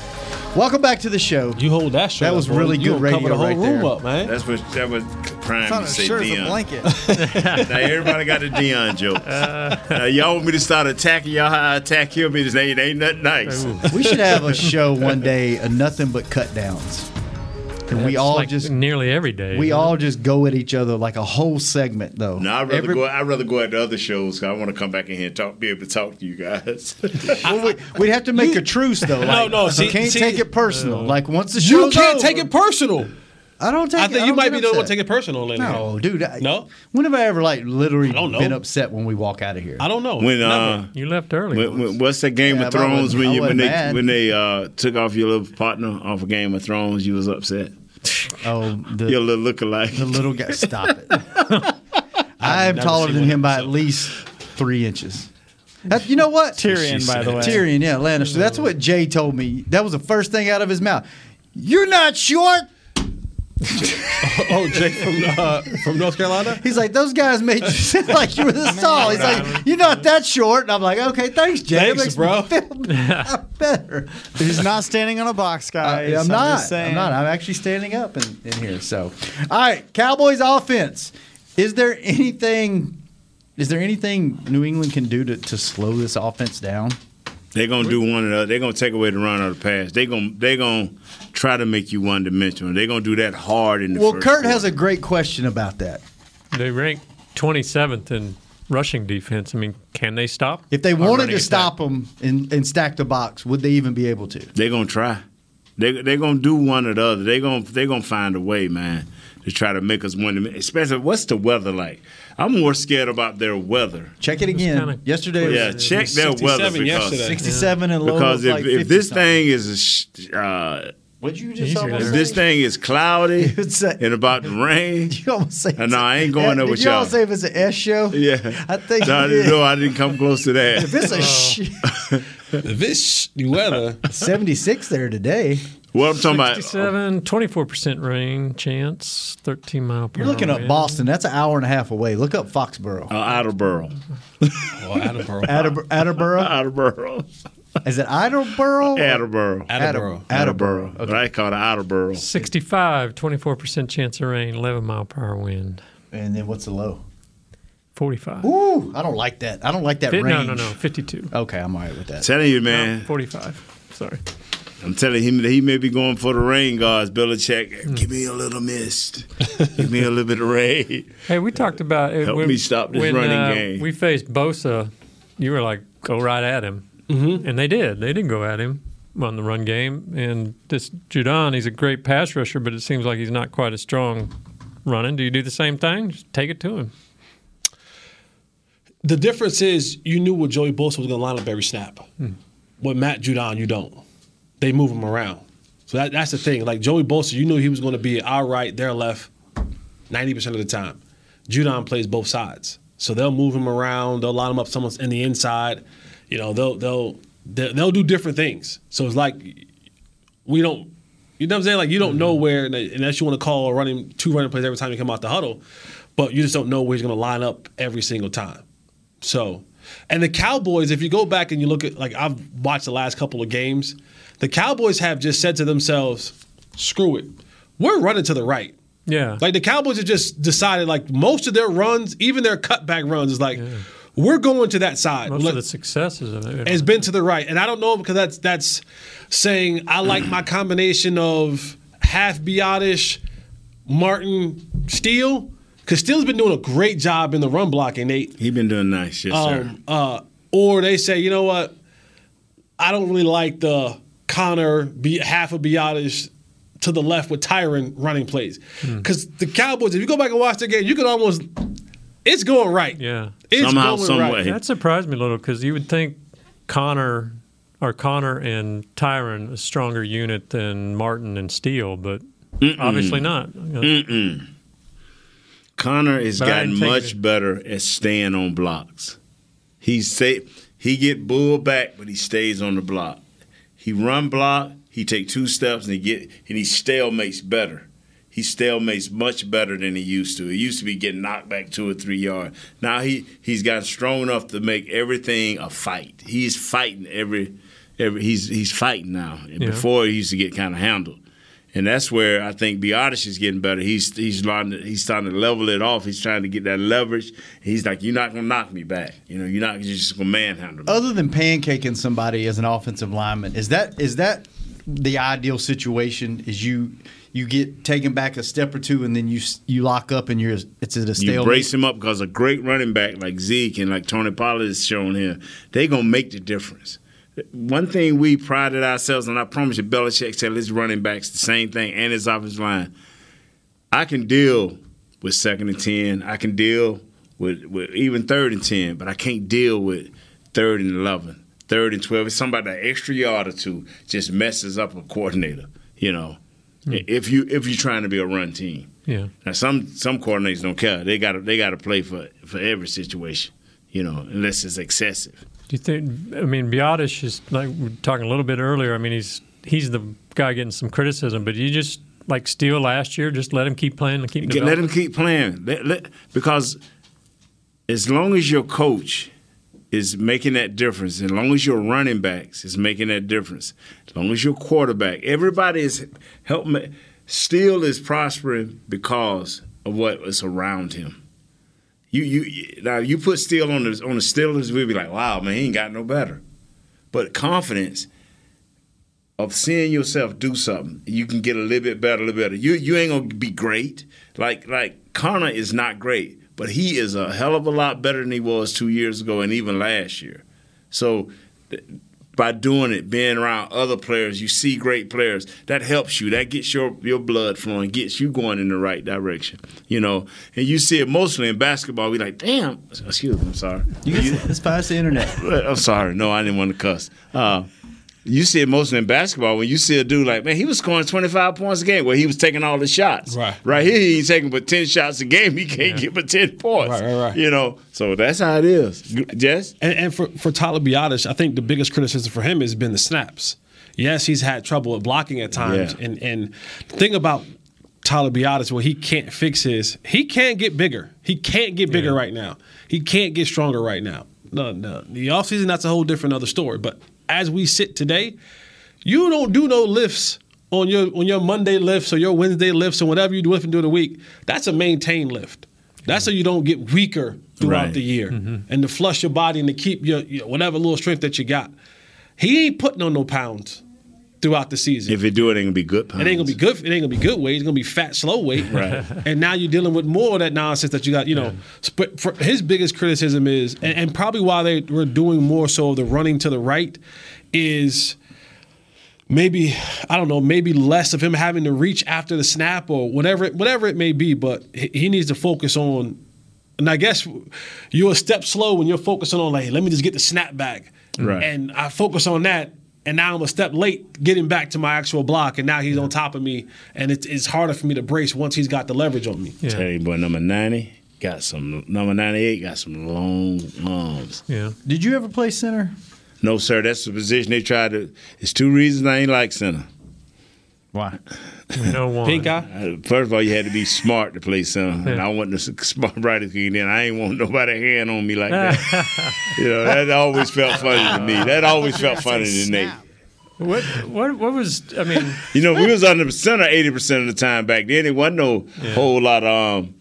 B: Welcome back to the show. You hold that show. That was
C: boy.
B: really
C: You
B: good
C: gonna
B: radio
C: cover the whole
B: right there.
C: room up, man.
E: That's what that was prime
C: Thought
E: to
C: it
E: say
C: sure is a
E: Dion.
C: blanket.
E: now everybody got the Dion joke.
B: Uh.
E: Now, y'all want me to start attacking y'all how I attack him? It ain't, ain't nothing nice.
B: we should have a show one day of nothing but cut downs. And we
D: That's
B: all
D: like
B: just
D: nearly every day.
B: we
D: isn't
B: all just go at each other like a whole segment though.
E: No, I'd rather
B: Every-
E: go. I'd rather go at the other shows. 'cause I want to come back in here and talk, be able to talk to you guys.
B: Well, we, would have to make a truce though.
E: No,
B: Like,
E: no,
B: you
E: see-
B: can't
E: see-
B: take it personal. like once the
C: You
B: show's
C: can't
B: over-
C: take it personal.
B: I don't take.
C: I
B: it-
C: think you
B: don't
C: might
B: get
C: be the only one
B: upset.
C: take it personal lately.
B: No, dude. I,
C: no.
B: When have I ever like literally
C: know.
B: been upset when we walk out of here?
C: I don't know.
E: When uh,
D: you left early.
E: when- when- what's that Game
B: Yeah,
E: of
B: but I
E: Thrones
B: wasn't-
E: when
B: I
E: you when
B: wasn't
E: they
B: mad.
E: when they uh, took off your little partner off of Game of Thrones? You was upset.
B: Oh, the,
E: your little lookalike.
B: The little guy. Stop it. I am
E: never
B: taller
E: seen
B: than
E: one
B: him by at least three inches. That- you know what?
M: Tyrion, by the way.
B: Tyrion, yeah, Lannister. That's what Jay told me. That was the first thing out of his mouth. You're not short.
C: oh, Jake from uh, from North Carolina.
B: He's like, those guys made you sound like you were this tall. He's like, you're not that short. And I'm like, okay, thanks, Jay. It
M: Thanks,
B: makes
M: bro.
B: Me feel better.
M: He's not standing on a box,
B: I,
M: guys.
B: am
M: just
B: not. Uh, I'm
M: saying.
B: not. I'm actually standing up in, in here. So, all right, Cowboys offense. Is there anything? Is there anything New England can do to, to slow this offense down?
E: They're gonna do one or the other. They're gonna take away the run or the pass. They're gonna they're gonna try to make you one dimensional. They're gonna do that hard in the
B: Well,
E: first
B: Kurt has a great question about that.
D: it? They rank 27th in rushing defense. I mean, can they stop?
B: If they
D: our
B: wanted
D: running
B: to
D: attack?
B: stop them and, and stack the box, would they even be able to?
E: They're gonna try. They they're gonna do one or the other. They're gonna they're gonna find a way, man, to try to make us one. dimen- Especially what's the weather like? I'm more scared about their weather.
B: Check it again. yesterday, was-
E: yeah, check their weather because
B: 67 and low.
E: Because
B: was
E: if,
B: like
E: if
B: 50
E: this
B: something.
E: thing is a sh- uh,
B: What'd you
E: if
B: just almost
E: this
B: say?
E: thing is cloudy
B: say-
E: and about to rain,
B: you almost say
E: no, I ain't going there
B: Did
E: with
B: you all
E: y'all.
B: say if it's an S show?
E: Yeah,
B: I think
E: no, I
B: you
E: didn't-
B: did.
E: no, I didn't come close to that.
B: If it's a sh-
C: This weather.
B: 76 there today.
E: Well, I'm talking about uh,
D: 67, 24% rain chance, 13 mile per
B: You're looking
D: hour
B: up
D: wind.
B: Boston. That's an hour and a half away. Look up Foxborough.
E: uh, Attleboro.
C: Oh, Attleboro.
B: Attleboro. Attleboro.
E: Attleboro.
B: Is it Attleboro?
E: Attleboro.
C: Attleboro.
B: Attleboro.
E: What I call it Attleboro.
D: 65, 24% chance of rain, 11 mile per hour wind,
B: And then what's the low?
D: 45.
B: Ooh, I don't like that. I don't like that
D: Fi-
B: range.
D: no, no, no, 52.
B: Okay, I'm all right with that.
E: telling you,
D: No,
E: man.
D: 45. Sorry.
E: I'm telling him that he may be going for the rain guards, Belichick. Give me a little mist. Give me a little bit of rain.
D: Hey, we talked about it.
E: Help me stop this
D: when,
E: running
D: uh,
E: game.
D: We faced Bosa. You were like, go right at him, mm-hmm. and they did. They did go at him on the run game. And this Judon, he's a great pass rusher, but it seems like he's not quite as strong running. Do you do the same thing? Just take it to him.
C: The difference is you knew what Joey Bosa was going to line up every snap. With Matt Judon, you don't. They move him around. So that, that's the thing. Like Joey Bosa, you knew he was going to be our right, their left, 90% of the time. Judon plays both sides. So they'll move him around, they'll line him up someone's in the inside. You know, they'll they'll they'll, they'll do different things. So it's like we don't you know what I'm saying? Like you don't know where unless you want to call a running two running plays every time you come out the huddle, but you just don't know where he's gonna line up every single time. So, and the Cowboys, if you go back and you look at, like, I've watched the last couple of games, the Cowboys have just said to themselves, screw it. We're running to the right.
D: Yeah.
C: Like, the Cowboys have just decided, like, most of their runs, even their cutback runs, is like, we're going to that side.
D: Most
C: Let-
D: of the successes of it.
C: has been to the right, and I don't know because that's that's saying I like my combination of half Biotish, Martin Steele, because Steele's been doing a great job in the run blocking. Nate,
E: He been doing nice, yes, sir.
C: um, uh, or they say, you know what, I don't really like the Connor be half of Biotis to the left with Tyron running plays because the Cowboys. If you go back and watch the game, you could almost it's going right.
D: Yeah.
C: it's going right.
D: That surprised me a little because you would think Connor or Connor and Tyron a stronger unit than Martin and Steele, but obviously not. Uh,
E: Mm. Mm-mm. Connor has
D: But I
E: gotten
D: didn't think
E: much better at staying on blocks. He's sa- He get bull back, but he stays on the block. He run block. He take two steps and he get and he stalemates better. He stalemates much better than he used to. He used to be getting knocked back two or three yards. Now he he's gotten strong enough to make everything a fight. He's fighting every every he's he's fighting now. And
L: Yeah.
E: Before he used to get kind of handled. And that's where I think Biotis is getting better. He's he's learning, he's starting to level it off. He's trying to get that leverage. He's like, you're not gonna knock me back. You know, you're not you're just gonna manhandle. me.
B: Other than pancaking somebody as an offensive lineman, is that is that the ideal situation? Is you you get taken back a step or two and then you s- you lock up and you're it's at a
E: You
B: stalemate.
E: brace him up because a great running back like Zeke and like Tony Pollard is showing here, they gonna make the difference. One thing we prided ourselves, and I promise you, Belichick tell his running backs the same thing and his offensive line. I can deal with second and ten. I can deal with, with even third and ten, but I can't deal with third and eleven, third and twelve. It's somebody that extra yard or two just messes up a coordinator. You know,
D: Hmm.
E: if you if you're trying to be a run team.
D: Yeah.
E: Now some some coordinators don't care. They got to they got to play for for every situation, you know, unless it's excessive.
D: Do you think? I mean, Biotish is like we were talking a little bit earlier. I mean, he's he's the guy getting some criticism, but you just like Steele last year, just let him keep playing and keep.
E: Get- let
D: developing?
E: him keep playing Let- let- because as long as your coach is making that difference, as long as your running backs is making that difference, as long as your quarterback, everybody is helping. Steele is prospering because of what is around him. You you- you now you put Steele on the on the Steelers, we'd be like, wow, man, he ain't got no better. But confidence of seeing yourself do something, you can get a little bit better, a little better. You you ain't gonna be great. Like like Connor is not great, but he is a hell of a lot better than he was two years ago and even last year. So th- by doing it, being around other players, you see great players. That helps you. That gets your your blood flowing, gets you going in the right direction. You know, and you see it mostly in basketball. We like, damn. Excuse me, I'm sorry.
B: You can s- it's past the internet.
E: I'm sorry. No, I didn't want to cuss. Uh, you see it mostly in basketball when you see a dude like, man, he was scoring 25 points a game where he was taking all the shots. Right. Right here, he ain't taking but 10 shots a game. He can't get but 10 points. Right, right, right. You know, so that's how it is. Jess?
C: And, and for, for Tyler Biotis, I think the biggest criticism for him has been the snaps. Yes, he's had trouble with blocking at times.
E: Yeah.
C: And, and the thing about Tyler Biotis, what he can't fix is he can't get bigger. He can't get bigger right now. He can't get stronger right now. No, no. The offseason, that's a whole different other story. But as we sit today, you don't do no lifts on your on your Monday lifts or your Wednesday lifts or whatever you do lifting during the week. That's a maintained lift. That's so you don't get weaker throughout
E: Right. Mm-hmm.
C: the year and to flush your body and to keep your, your whatever little strength that you got. He ain't putting on no pounds throughout the season.
E: If you do it, it ain't going to be good.
C: It ain't gonna be good. It ain't gonna be good weight. It's gonna be fat, slow weight.
E: Right.
C: And now you're dealing with more of that nonsense that you got. You know, Sp- for his biggest criticism is, and, and probably why they were doing more so of the running to the right, is maybe I don't know, maybe less of him having to reach after the snap or whatever, it, whatever it may be. But he he needs to focus on, and I guess you're a step slow when you're focusing on like, let me just get the snap back,
E: Right.
C: and I focus on that. And now I'm a step late getting back to my actual block, and now he's on top of me, and it's, it's harder for me to brace once he's got the leverage on me.
E: Tell you, boy, number 90 got some, number 98 got some long arms.
D: Yeah.
B: Did you ever play center?
E: No, sir, that's the position they tried to. It's two reasons I ain't like center.
B: Why?
D: No one.
C: Pink eye?
E: Uh, First of all, you had to be smart to play center. And I wasn't as smart right as you then. I ain't want nobody hand on me like that. you know, that always felt funny to me. That always felt funny to Nate.
D: What what what was? I mean,
E: You know, we was under center eighty percent of the time back then. It wasn't no whole lot of um,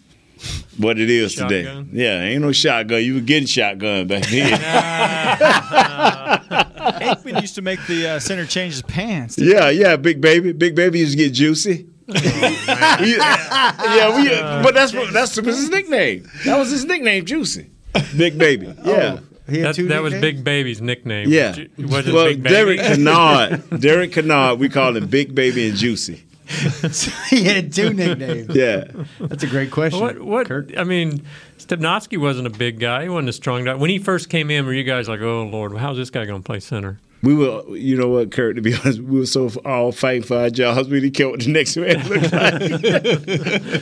E: what it is
D: Shotgun?
E: today. Yeah, ain't no shotgun. You were getting shotgun back then.
M: Aikman used to make the uh, center change his pants.
E: Yeah, yeah, big baby, big baby used to get juicy. We- yeah, we. but that's what that's was his nickname. That was his nickname, Juicy, Big Baby. Yeah,
D: that, that was Big Baby's nickname.
E: Yeah,
D: Ju- Was it
E: well,
D: Big Baby?
E: Derek Kennard, Derek Kennard, we call him Big Baby and Juicy.
B: he had two nicknames.
E: Yeah,
B: That's a great question.
D: What? What? I mean, Stepnowski wasn't a big guy. He wasn't a strong guy. When he first came in, were you guys like, "Oh Lord, how's this guy going to play center?"
E: we were, you know what, Kurt? To be honest, we were so all fighting for our jobs, we didn't care what the next man looked like.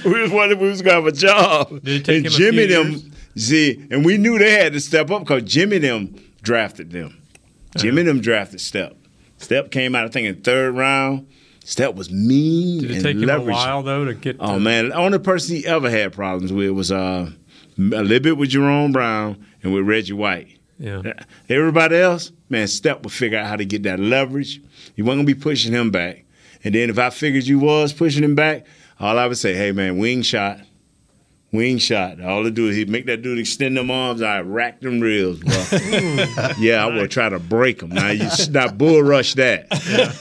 E: we was wondering if we was gonna have a job.
D: Did it take
E: and
D: him a
E: Jimmy
D: few
E: them, see, and we knew they had to step up because Jimmy them drafted them.
D: Uh-huh.
E: Jimmy and them drafted Step. Step came out, I think, in third round. Step was mean.
D: Did it
E: and
D: take him a
E: leveraged.
D: while though to get?
E: Oh man, the only person he ever had problems with was uh, a little bit with Jerome Brown and with Reggie White.
D: Yeah.
E: Everybody else, man, Step would figure out how to get that leverage. You weren't gonna be pushing him back. And then if I figured you was pushing him back, all I would say, hey man, wing shot. Wing shot. All it do is he make that dude extend them arms. I rack them ribs, bro. yeah, I would try to break them. Now you should not bull rush that.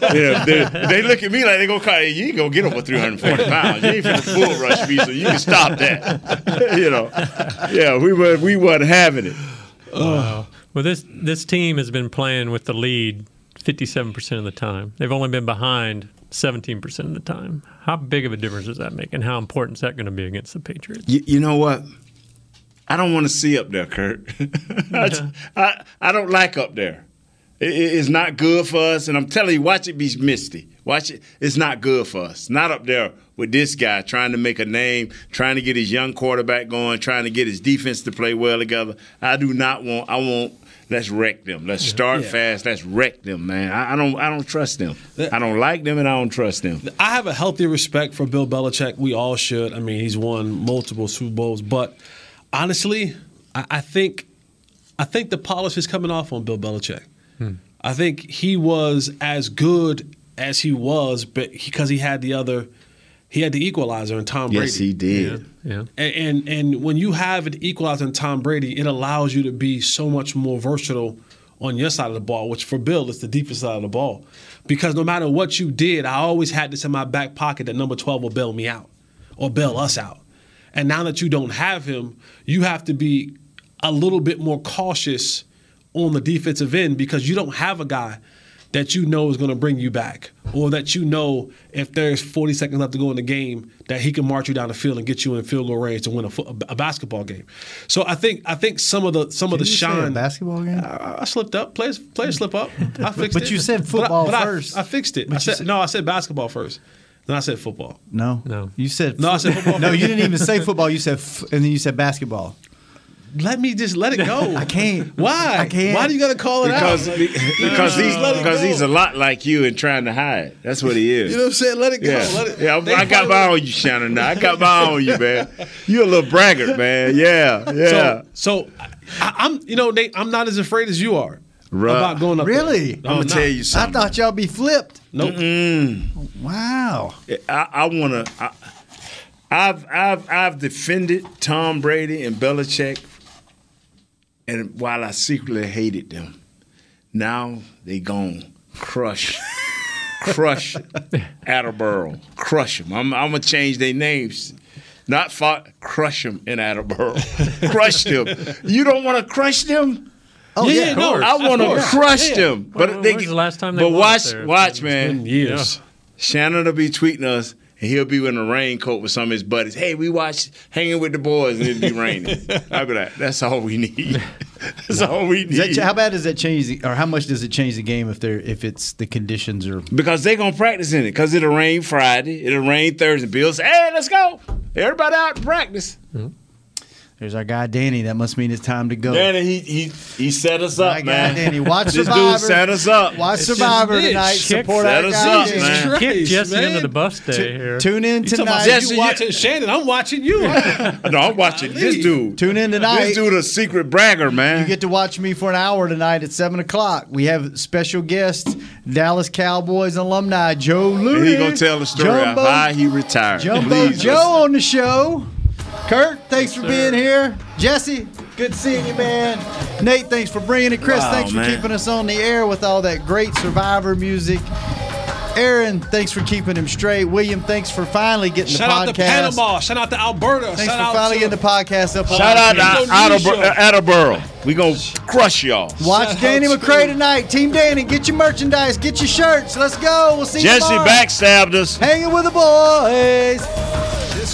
E: You know, they, they look at me like they gonna call you. Ain't gonna get over 340 pounds. You ain't finna bull rush me, so you can stop that. you know, yeah, we were we wasn't having it.
D: Wow. Well, this this team has been playing with the lead 57% of the time. They've only been behind 17% of the time. How big of a difference does that make, and how important is that going to be against the Patriots?
E: You, you know what? I don't want to see up there, Kurt. I, just- I, I don't like up there. It- it- it's not good for us. And I'm telling you, watch it be misty. Watch it. It's not good for us. Not up there with this guy trying to make a name, trying to get his young quarterback going, trying to get his defense to play well together. I do not want. I want. Let's wreck them. Let's start fast. Let's wreck them, man. I, I don't. I don't trust them. I don't like them, and I don't trust them.
C: I have a healthy respect for Bill Belichick. We all should. I mean, he's won multiple Super Bowls, but honestly, I, I think I think the polish is coming off on Bill Belichick.
E: Hmm.
C: I think he was as good as he was, but because he, had the other, he had the equalizer in Tom Brady.
E: Yes, he did.
D: Yeah.
C: And, and and when you have an equalizer in Tom Brady, it allows you to be so much more versatile on your side of the ball, which for Bill is the deepest side of the ball. Because no matter what you did, I always had this in my back pocket that number 12 will bail me out or bail us out. And now that you don't have him, you have to be a little bit more cautious on the defensive end because you don't have a guy that you know is going to bring you back or that you know if there's 40 seconds left to go in the game that he can march you down the field and get you in field goal range to win a, fo- a basketball game. So I think I think some of the some of the
B: Did you say a
C: shine
B: basketball game.
C: I, I slipped up. Players players slip up. I fixed
B: But
C: it.
B: you said football
C: I- I-
B: first.
C: I, fixed it. I said, no, I said basketball first. Then I said football.
B: No, no. You said
C: No, I said football.
B: no. You didn't even say football. You said f- and then you said basketball.
C: Let me just let it go.
B: I can't.
C: Why?
B: I can't.
C: Why do you got to call it
E: because
C: out? Like,
E: because
C: just
E: he's
C: let it
E: because
C: go.
E: he's a lot like you and trying to hide. That's what he is.
C: You know what I'm saying? Let it go.
E: Yeah,
C: Let it,
E: yeah.
C: they
E: I, I got
C: probably-
E: my on you, Shannon. I got my on you, man. You a little braggart, man. Yeah, yeah.
C: So, so I, I'm, you know, Nate, I'm not as afraid as you are
E: Right.
C: about going up. there.
B: Really?
C: No, I'm not.
B: I thought y'all be flipped.
C: Nope.
B: Wow.
E: I, I want to. I've I've I've defended Tom Brady and Belichick, and while I secretly hated them, now they gone crush, crush Attleboro, crush them. I'm I'm gonna change their names. Not fought, crush them in Attleboro. crush them. You don't want to crush them.
B: Oh, yeah, of course.
E: I want
B: Of
E: to
B: course.
E: crush
B: Yeah.
E: them. But
D: When-
E: they,
D: when's the last time they
E: But
D: lost
E: watch,
D: there?
E: watch, man.
C: years.
E: Shannon will be tweeting us, and he'll be in a raincoat with some of his buddies. Hey, we watched Hanging with the Boys, and it'd be raining. I'd be like, that's all we need. that's all we
B: Does that
E: need.
B: cha- how bad does that change, the, or how much does it change the game if they're if it's the conditions are?
E: because they're going to practice in it, because it'll rain Friday, it'll rain Thursday. Bill say, hey, let's go. Everybody out and practice.
B: There's our guy Danny. That must mean it's time to go.
E: Danny, he, he, he set us
B: Oh. My
E: up,
B: guy
E: man.
B: Danny, watch
E: this
B: Survivor.
E: dude set us up.
B: Watch Survivor tonight. Support
E: set
B: our
E: us
B: guy
E: up,
B: Danny.
E: man.
D: Kick Jesse
B: man.
D: under the bus day
B: Tu-
D: here.
B: Tune in
C: You talking
B: tonight.
C: about you watching Shannon? I'm watching you.
E: no, I'm watching this dude.
B: Tune in tonight.
E: This dude a secret bragger, man.
B: You get to watch me for an hour tonight at seven o'clock. We have special guest Dallas Cowboys alumni Joe
E: And
B: Louis.
E: he gonna tell the story
B: Jumbo-
E: of how he retired.
B: Jumbo
E: Please,
B: Joe on the show. Kurt, thanks for
E: sir.
B: being here. Jesse, good seeing you, man. Nate, thanks for bringing it. Chris,
E: Wow,
B: thanks for
E: man.
B: keeping us on the air with all that great Survivor music. Aaron, thanks for keeping him straight. William, thanks for finally getting
C: Shout
B: the
C: out
B: podcast.
C: to Panama. Shout out to Alberta.
B: Thanks
C: Shout
B: for
C: out
B: finally
C: to
B: getting the podcast up. on
E: Shout out to
B: iTunes.
E: Attleboro. Attleboro. We gonna crush y'all.
B: Watch Danny McCray tonight. Team Danny, get your merchandise, get your shirts. Let's go. We'll see you
E: Jesse
B: tomorrow.
E: backstabbed us.
B: Hanging with the boys.
A: This